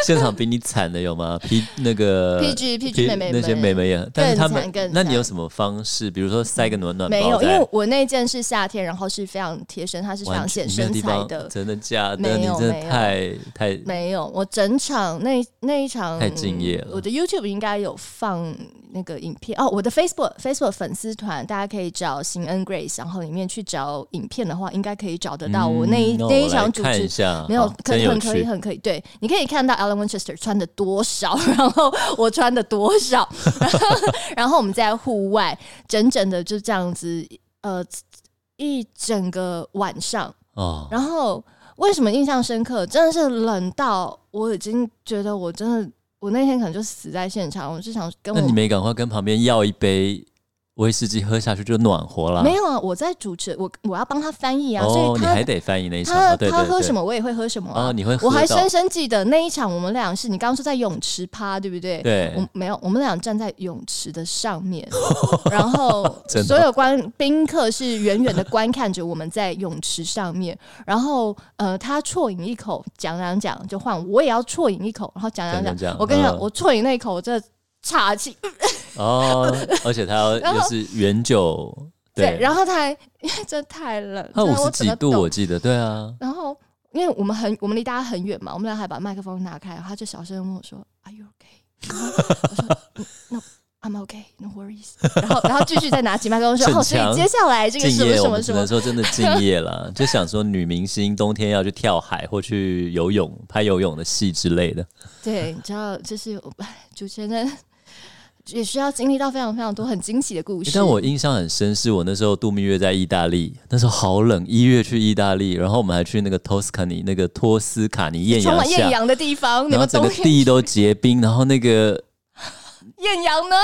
Speaker 2: 现场比你惨的有吗？P
Speaker 1: *laughs*
Speaker 2: 那个
Speaker 1: PG
Speaker 2: P-
Speaker 1: PG 妹妹
Speaker 2: 那些妹
Speaker 1: 们
Speaker 2: 妹也，但是他们
Speaker 1: 更惨，
Speaker 2: 那你有
Speaker 1: 更惨
Speaker 2: 什么方式？比如说塞个暖暖
Speaker 1: 没有，
Speaker 2: 包
Speaker 1: 因
Speaker 2: 在
Speaker 1: 为我那件是夏天，然后是非常贴身，它是非
Speaker 2: 完
Speaker 1: 常
Speaker 2: 全
Speaker 1: 显
Speaker 2: 没
Speaker 1: 身
Speaker 2: 有地
Speaker 1: 材
Speaker 2: 方
Speaker 1: 的。
Speaker 2: 真的假的？
Speaker 1: 没
Speaker 2: 你
Speaker 1: 有
Speaker 2: 真
Speaker 1: 没
Speaker 2: 的
Speaker 1: 有
Speaker 2: 太太
Speaker 1: 没有，我整场那那一场
Speaker 2: 太敬业了
Speaker 1: 我的 YouTube 应该有放那个影片哦，我的 Facebook Facebook 粉丝团，大家可以找邢恩 Grace，然后里面去找影片的话，应该可以找得到我那一、
Speaker 2: 嗯
Speaker 1: 那一
Speaker 2: 我
Speaker 1: 场
Speaker 2: 来
Speaker 1: 主
Speaker 2: 看
Speaker 1: 持
Speaker 2: 一下，
Speaker 1: 没有
Speaker 2: 好，
Speaker 1: 可
Speaker 2: 真
Speaker 1: 很
Speaker 2: 有
Speaker 1: 可以，
Speaker 2: 趣。
Speaker 1: 很可以。对，你可以看到 Alan Winchester 穿的多少， *laughs* 然后我穿的多少，然后然后我们在户外整整的就这样子，呃，一整个晚上。
Speaker 2: 哦，
Speaker 1: 然后为什么印象深刻？真的是冷到我已经觉得我真的，我那天可能就死在现场。我就想跟
Speaker 2: 那
Speaker 1: 我
Speaker 2: 你没赶快跟旁边要一杯威士忌喝下去就暖和啦。
Speaker 1: 没有啊，我在主持，我我要帮他翻译啊，
Speaker 2: 哦
Speaker 1: 所，以
Speaker 2: 你
Speaker 1: 他
Speaker 2: 还得翻译那一场
Speaker 1: 他
Speaker 2: 哦，对
Speaker 1: 他
Speaker 2: 对
Speaker 1: 喝
Speaker 2: 对。
Speaker 1: 什么我也会喝什么啊
Speaker 2: 哦，你会喝
Speaker 1: 我还
Speaker 2: 到
Speaker 1: 深深记得那一场，我们俩是你刚刚说在泳池趴，对不对？
Speaker 2: 对
Speaker 1: 我没有，我们俩站在泳池的上
Speaker 2: *laughs*
Speaker 1: 面，然后
Speaker 2: 真的
Speaker 1: 所有观宾客是远远的观看着我们在泳池上面，然后呃，他啜饮一口，讲讲讲就换我，我也要啜饮一口，然后讲讲
Speaker 2: 讲讲
Speaker 1: 讲
Speaker 2: 讲，
Speaker 1: 我跟你讲，
Speaker 2: 嗯
Speaker 1: 我啜饮那一口，我真的岔气， *laughs*
Speaker 2: 哦，而且他要
Speaker 1: 然后
Speaker 2: 又是原酒，
Speaker 1: 对，
Speaker 2: 对，
Speaker 1: 然后他还 *laughs* 因为真的太冷，
Speaker 2: 他
Speaker 1: 真的
Speaker 2: 五十
Speaker 1: 整
Speaker 2: 几
Speaker 1: 个
Speaker 2: 度，
Speaker 1: 抖
Speaker 2: 我记得，对啊，
Speaker 1: 然后因为我们很我们离大家很远嘛，我们俩还把麦克风拿开，然后他就小声地问我说：“Are you okay？” 然后我说嗯：“No。” I'm okay, no worries。然后，然后继续再拿起麦克风说：“
Speaker 2: *laughs* 逞
Speaker 1: 哦，所
Speaker 2: 强
Speaker 1: 以接下来这个
Speaker 2: 敬
Speaker 1: 什么
Speaker 2: 业，
Speaker 1: 什
Speaker 2: 我
Speaker 1: 么
Speaker 2: 们只
Speaker 1: 什
Speaker 2: 能
Speaker 1: 么，
Speaker 2: 说真的敬业
Speaker 1: *laughs*
Speaker 2: 啦。就想说女明星冬天要去跳海或去游泳、拍游泳的戏之类的。
Speaker 1: 对，你知道，就是我哎主持人也需要经历到非常非常多很惊喜的故事。
Speaker 2: 但我印象很深，是我那时候度蜜月在意大利，那时候好冷，一月去意大利，然后我们还去那个 Toscany 那个托斯卡尼艳
Speaker 1: 充
Speaker 2: 阳
Speaker 1: 满艳
Speaker 2: 下，
Speaker 1: 阳的地方，你
Speaker 2: 然后
Speaker 1: 们
Speaker 2: 整
Speaker 1: 冬
Speaker 2: 个
Speaker 1: 天
Speaker 2: 地都结冰，然后那个
Speaker 1: 艳阳呢？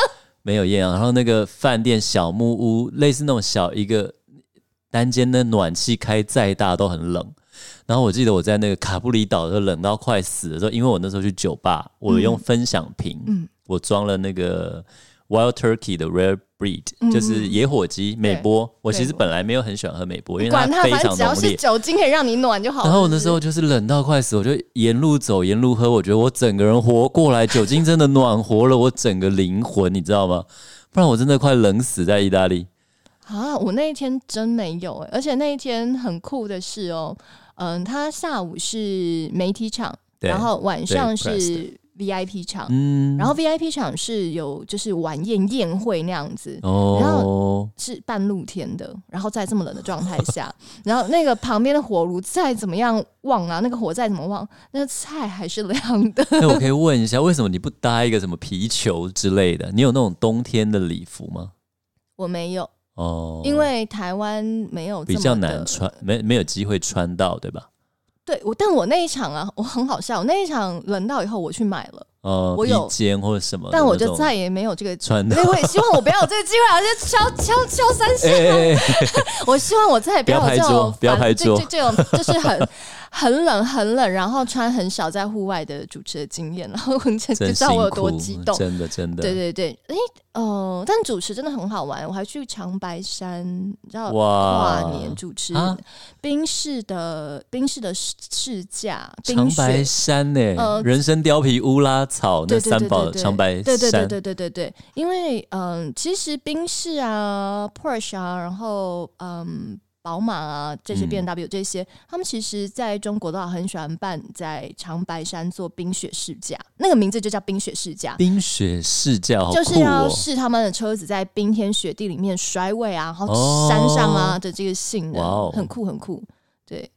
Speaker 2: 没有艳啊阳，然后那个饭店小木屋，类似那种小一个单间的暖气开再大都很冷。然后我记得我在那个卡布里岛就冷到快死的时候，因为我那时候去酒吧，我用分享瓶，
Speaker 1: 嗯
Speaker 2: 我装了那个 Wild Turkey 的 Rare Breed，、
Speaker 1: 嗯
Speaker 2: 就是野火鸡美波。我其
Speaker 1: 美
Speaker 2: 实
Speaker 1: 波
Speaker 2: 本来没有很喜欢喝美波，因为
Speaker 1: 管
Speaker 2: 它
Speaker 1: 它，
Speaker 2: 非
Speaker 1: 反正
Speaker 2: 常
Speaker 1: 只要
Speaker 2: 浓
Speaker 1: 是
Speaker 2: 烈。
Speaker 1: 酒精可以让你暖就好了。
Speaker 2: 然后我
Speaker 1: 是不
Speaker 2: 那
Speaker 1: 是
Speaker 2: 时候就是冷到快死，我就沿路走沿路喝，我觉得我整个人活过来，酒精真的暖和了我整个灵魂，你知道吗？不然我真的快冷死在意大利。
Speaker 1: 啊，我那一天真没有、欸，而且那一天很酷的是哦，嗯，他下午是媒体场，
Speaker 2: 对
Speaker 1: 然后晚上
Speaker 2: 对
Speaker 1: 是 VIP 场，
Speaker 2: 嗯，
Speaker 1: 然后 VIP 场是有就是晚宴宴会那样子。然
Speaker 2: 哦，
Speaker 1: 是半露天的，然后在这么冷的状态下，然后那个旁边的火炉再怎么样旺啊，那个火再怎么旺，那个菜还是凉的。 *laughs*
Speaker 2: 那哎我可以问一下，为什么你不搭一个什么皮球之类的？你有那种冬天的礼服吗？
Speaker 1: 我没有，
Speaker 2: 哦，
Speaker 1: 因为台湾没有这
Speaker 2: 比较
Speaker 1: 么
Speaker 2: 难
Speaker 1: 的
Speaker 2: 穿，没没有机会穿到，对吧？
Speaker 1: 对我，但我那一场啊，我很好笑，我那一场冷到以后我去买了。
Speaker 2: 哦，
Speaker 1: 我有
Speaker 2: 披肩或者什哦么的那
Speaker 1: 但
Speaker 2: 种，
Speaker 1: 我就再也没有这个。
Speaker 2: 穿 *laughs* 到
Speaker 1: 所以。我也希望我不要有这个机会，而且敲敲敲三下。
Speaker 2: 哎哎哎，
Speaker 1: 我希望我再也不要有这种
Speaker 2: 不要
Speaker 1: 反
Speaker 2: 拍桌
Speaker 1: 这这这种就是很 *laughs* 很冷很冷，然后穿很少在户外的主持的经验，然后你就 *laughs* 就
Speaker 2: 真
Speaker 1: 知
Speaker 2: 辛
Speaker 1: 道
Speaker 2: 苦，
Speaker 1: 我有多激动。
Speaker 2: 真的真的。
Speaker 1: 对对对，哎、哦，但主持真的很好玩，我还去长白山，你知道
Speaker 2: 哇
Speaker 1: 跨年主持
Speaker 2: 啊
Speaker 1: 冰室的冰室的试试驾，冰
Speaker 2: 长白
Speaker 1: 雪
Speaker 2: 山呢、
Speaker 1: 呃
Speaker 2: 人参、貂皮、乌拉草那
Speaker 1: 对对
Speaker 2: 三
Speaker 1: 对
Speaker 2: 宝，
Speaker 1: 对对
Speaker 2: 长白山，
Speaker 1: 对对对对对对对，因为嗯，其实宾士啊、Porsche 啊，然后嗯，宝马啊这些
Speaker 2: 嗯
Speaker 1: B N W 这些，他们其实在中国的话很喜欢办在长白山做冰雪试驾，那个名字就叫冰雪试驾。
Speaker 2: 冰雪试驾好酷
Speaker 1: 就是要
Speaker 2: 哦！
Speaker 1: 试他们的车子在冰天雪地里面摔位啊，然后山上啊的这个性能，
Speaker 2: 哦哇哦
Speaker 1: 很酷很酷。对，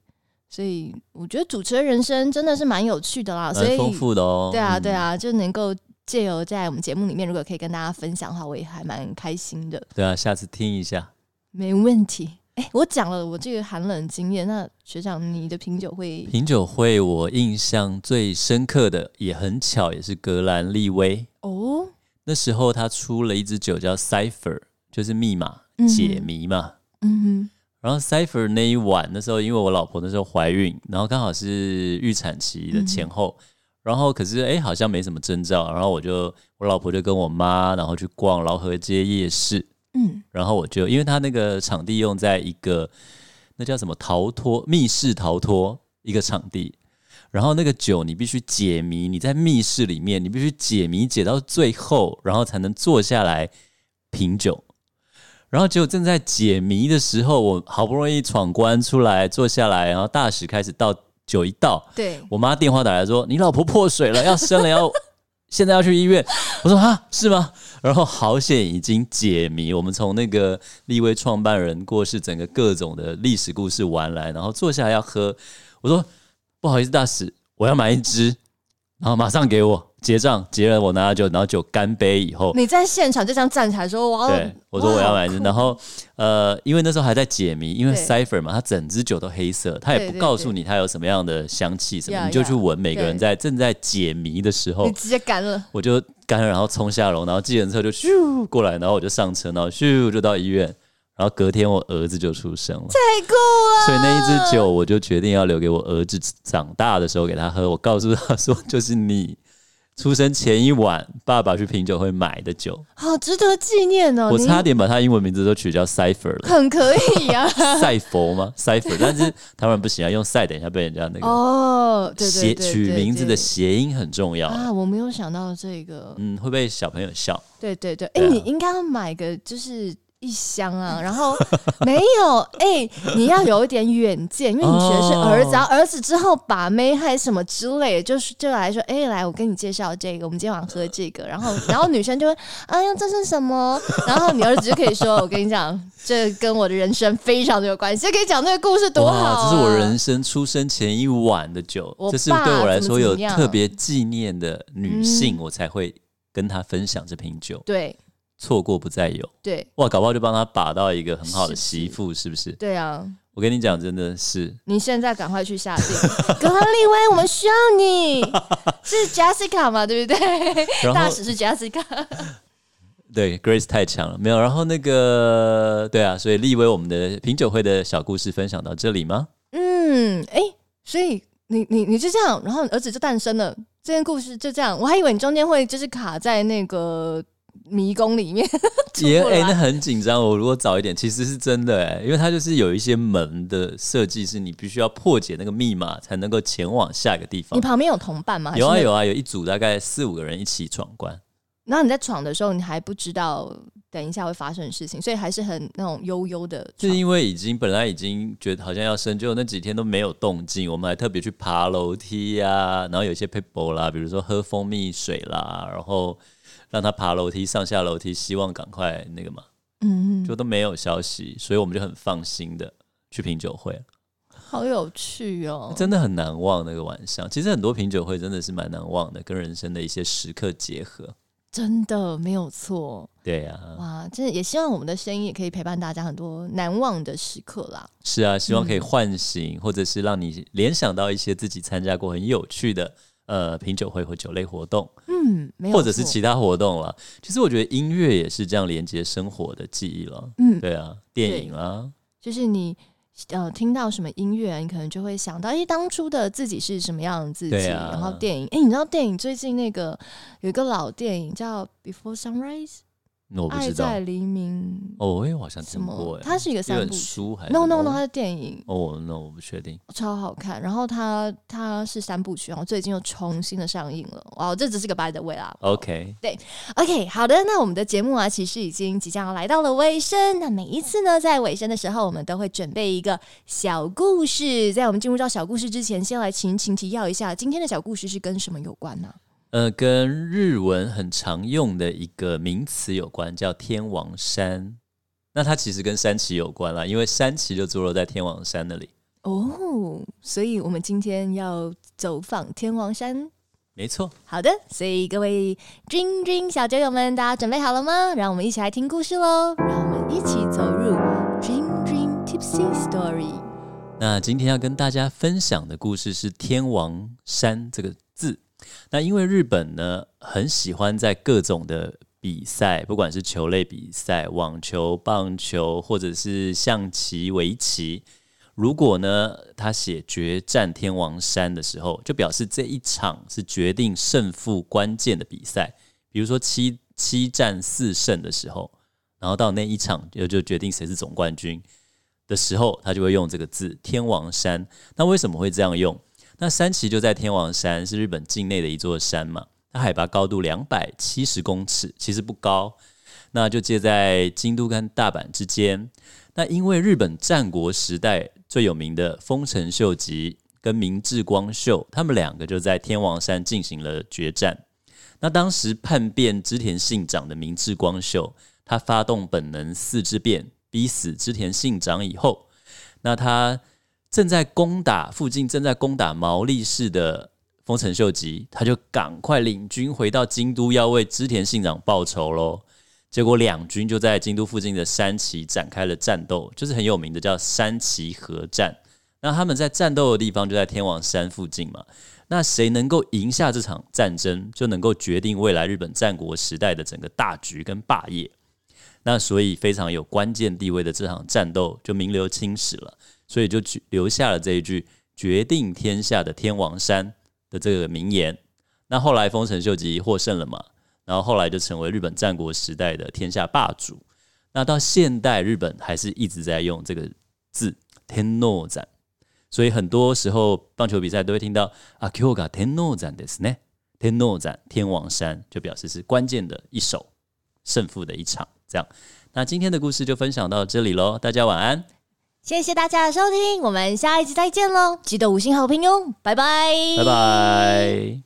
Speaker 1: 所以我觉得主持人人生真的是蛮有趣的啦，呃所
Speaker 2: 蛮
Speaker 1: 以
Speaker 2: 丰富的哦。
Speaker 1: 对啊，对
Speaker 2: 嗯，
Speaker 1: 啊，就能够借由在我们节目里面，如果可以跟大家分享的话，我也还蛮开心的。
Speaker 2: 对啊，下次听一下。
Speaker 1: 没问题。哎、我讲了我这个寒冷经验，那学长你的品酒会
Speaker 2: 品酒会我印象最深刻的，也很巧，也是格兰利威。
Speaker 1: 哦，
Speaker 2: 那时候他出了一支酒叫 Cipher，就是密码
Speaker 1: 嗯
Speaker 2: 解谜嘛。
Speaker 1: 嗯
Speaker 2: 然后 Cipher 那一晚，那时候因为我老婆那时候怀孕，然后刚好是预产期的前后，然后可是哎好像没什么征兆，然后我就我老婆就跟我妈，然后去逛劳合街夜市，
Speaker 1: 哼嗯
Speaker 2: 然后我就因为他那个场地用在一个那叫什么逃脱密室逃脱一个场地，然后那个酒你必须解谜，你在密室里面你必须解谜解到最后，然后才能坐下来品酒。然后结果正在解谜的时候，我好不容易闯关出来，坐下来，然后大使开始倒酒一倒，
Speaker 1: 对，
Speaker 2: 我妈电话打来说：“你老婆破水了，要生了，要现在要去医院。”我说：“啊，是吗？”然后好险已经解谜，我们从那个立威创办人过世，整个各种的历史故事玩来，然后坐下来要喝。我说：“不好意思，大使，我要买一支。”然后马上给我结账，结了我拿了酒，然后酒干杯以后，
Speaker 1: 你在现场就这样站起来说：“哦我要
Speaker 2: 对，我说我要买一支，然
Speaker 1: 后
Speaker 2: 后呃，因为那时候还在解谜，因为
Speaker 1: 对
Speaker 2: cipher 嘛，它整支酒都黑色，它也
Speaker 1: 对
Speaker 2: 不
Speaker 1: 对
Speaker 2: 告诉你它有什么样的香气什么，
Speaker 1: 呀
Speaker 2: 你就去
Speaker 1: 呀
Speaker 2: 闻每个人
Speaker 1: 对
Speaker 2: 在正在解谜的时候
Speaker 1: 你，直接干了。
Speaker 2: 我就干了，然后冲下楼，然后计程车就咻过来，然后我就上车，然后咻就到医院，然后隔天我儿子就出生了，
Speaker 1: 太酷了！
Speaker 2: 所以那一支酒我就决定要留给我儿子长大的时候给他喝，我告诉他说就是你。出生前一晚，爸爸去品酒会买的酒，
Speaker 1: 好值得纪念哦！
Speaker 2: 我
Speaker 1: 你
Speaker 2: 差点把他英文名字都取叫 Cipher 了。
Speaker 1: 很可以啊 *laughs* 呀、
Speaker 2: 赛佛吗？cipher，但是台湾人不行啊，用赛等一下被人 *laughs* 家那个
Speaker 1: 哦，对对
Speaker 2: 谐
Speaker 1: 对
Speaker 2: 取
Speaker 1: 对
Speaker 2: 名字的
Speaker 1: 对
Speaker 2: 谐音很重要啊，
Speaker 1: 啊，我没有想到这个。
Speaker 2: 嗯，会被小朋友笑。
Speaker 1: 对对对，哎、
Speaker 2: 对啊
Speaker 1: 你应该要买个就是一箱啊， *laughs* 然后没有， *laughs* 哎、你要有一点远见，因为你学的是儿子，
Speaker 2: 哦
Speaker 1: 然后儿子之后把妹还是什么之类的，就是就来说，哎、来，我跟你介绍这个，我们今天晚上喝这个，然后然后女生就会，哎呀，这是什么？然后你儿子就可以说，我跟你讲，这跟我的人生非常的有关系，就可以讲这个故事多好、
Speaker 2: 哇，
Speaker 1: 啊，
Speaker 2: 这是我人生出生前一晚的酒
Speaker 1: 我，
Speaker 2: 这是
Speaker 1: 爸
Speaker 2: 对我来说
Speaker 1: 怎么
Speaker 2: 有
Speaker 1: 怎么样
Speaker 2: 特别纪念的女性，
Speaker 1: 嗯
Speaker 2: 我才会跟她分享这瓶酒，
Speaker 1: 对
Speaker 2: 错过不再有。
Speaker 1: 对
Speaker 2: 哇，搞不好就帮她把到一个很好的
Speaker 1: 是
Speaker 2: 媳妇，是不是？
Speaker 1: 对啊。
Speaker 2: 我跟你讲，真的是
Speaker 1: 你现在赶快去下定， *laughs* 格利威，我们需要 *laughs* 你，是 Jessica 嘛，对不对？
Speaker 2: 然后
Speaker 1: 大使是 Jessica，
Speaker 2: 对，Grace 太强了，没有。然后那个，对啊，所以立威我们的品酒会的小故事分享到这里吗？
Speaker 1: 嗯，哎、所以你你你就这样，然后儿子就诞生了，这件故事就这样，我还以为你中间会就是卡在那个迷宫里面，
Speaker 2: 也
Speaker 1: 出不来
Speaker 2: 那很紧张。哦我如果早一点，其实是真的哎、因为它就是有一些门的设计，是你必须要破解那个密码才能够前往下一个地
Speaker 1: *laughs*
Speaker 2: 方
Speaker 1: 你。旁边有同伴吗？还是
Speaker 2: 有啊
Speaker 1: 没，
Speaker 2: 有啊，有一组大概四五个人一起闯关。
Speaker 1: 然后你在闯的时候，你还不知道等一下会发生的事情，所以还是很那种悠悠的
Speaker 2: 就
Speaker 1: 闯
Speaker 2: 是。因为已经本来已经觉得好像要生，就那几天都没有动静，我们还特别去爬楼梯呀、然后有一些 people 啦，比如说喝蜂蜜水啦，然后让他爬楼梯上下楼梯，希望赶快那个嘛，
Speaker 1: 嗯，
Speaker 2: 就都没有消息，所以我们就很放心的去品酒会，啊
Speaker 1: 好有趣哦，
Speaker 2: 真的很难忘那个晚上。其实很多品酒会真的是蛮难忘的，跟人生的一些时刻结合。
Speaker 1: 真的没有错。
Speaker 2: 对呀、
Speaker 1: 哇，真的也希望我们的声音也可以陪伴大家很多难忘的时刻啦。
Speaker 2: 是啊，希望
Speaker 1: 嗯
Speaker 2: 可以唤醒，或者是让你联想到一些自己参加过很有趣的呃品酒会或酒类活动，
Speaker 1: 嗯，没有错，
Speaker 2: 或者是其他活动了。其实我觉得音乐也是这样连接生活的记忆了。
Speaker 1: 嗯，
Speaker 2: 对啊，电影啊，
Speaker 1: 就是你呃听到什么音乐，你可能就会想到，哎、当初的自己是什么样的自己。
Speaker 2: 对啊
Speaker 1: 然后电影，哎、你知道电影最近那个有一个老电影叫《Before Sunrise》，
Speaker 2: 那我不
Speaker 1: 爱
Speaker 2: 知道
Speaker 1: 在。黎明
Speaker 2: 哦，哎，我好像
Speaker 1: 什
Speaker 2: 听过
Speaker 1: 么？
Speaker 2: 哎，
Speaker 1: 它是一个
Speaker 2: 有
Speaker 1: 三
Speaker 2: 本
Speaker 1: 部曲。
Speaker 2: 书还是
Speaker 1: No No No，它
Speaker 2: 哦
Speaker 1: 的电影
Speaker 2: 哦，那我不确定。
Speaker 1: 超好看，然后它它是三部曲，然后最近又重新的上映了。哇，这只是个 by the way 啦，
Speaker 2: OK，
Speaker 1: OK，好的，那我们的节目啊，其实已经即将要来到了尾声。那每一次呢，在尾声的时候，我们都会准备一个小故事。在我们进入到小故事之前，先来请请提要一下，今天的小故事是跟什么有关呢、
Speaker 2: 呃，跟日文很常用的一个名词有关，叫天王山。那它其实跟山崎有关啦，因为山崎就坐落在天王山那里。
Speaker 1: 哦，所以我们今天要走访天王山。
Speaker 2: 没错，
Speaker 1: 好的，所以各位君君小酒友们，大家准备好了吗？让我们一起来听故事喽！让我们一起走入 Dream Dream Tipsy Story。
Speaker 2: 那今天要跟大家分享的故事是“天王山”这个字。那因为日本呢，很喜欢在各种的比赛，不管是球类比赛、网球、棒球，或者是象棋、围棋，如果呢他写决战天王山的时候，就表示这一场是决定胜负关键的比赛。比如说七七战四胜的时候，然后到那一场就就决定谁是总冠军。的时候，他就会用这个字“天王山”。那为什么会这样用？那山崎就在天王山，是日本境内的一座山嘛，它海拔高度两百七十公尺，其实不高。那就介在京都跟大阪之间。那因为日本战国时代最有名的丰臣秀吉跟明治光秀，他们两个就在天王山进行了决战。那当时叛变织田信长的明治光秀，他发动本能寺之变，逼死织田信长以后，那他正在攻打附近正在攻打毛利氏的丰臣秀吉，他就赶快领军回到京都，要为织田信长报仇喽。结果两军就在京都附近的山崎展开了战斗，就是很有名的叫山崎合战。那他们在战斗的地方就在天王山附近嘛。那谁能够赢下这场战争，就能够决定未来日本战国时代的整个大局跟霸业。那所以非常有关键地位的这场战斗就名留青史了，所以就举留下了这一句“决定天下的天王山”的这个名言。那后来丰臣秀吉获胜了嘛，然后后来就成为日本战国时代的天下霸主。那到现代日本还是一直在用这个字“天诺展”，所以很多时候棒球比赛都会听到“啊 Q が天诺展ですね”，天诺展天王山就表示是关键的一手胜负的一场。这样，那今天的故事就分享到这里喽，大家晚安。
Speaker 1: 谢谢大家的收听，我们下一集再见喽！记得五星好评哟，拜拜，
Speaker 2: 拜拜。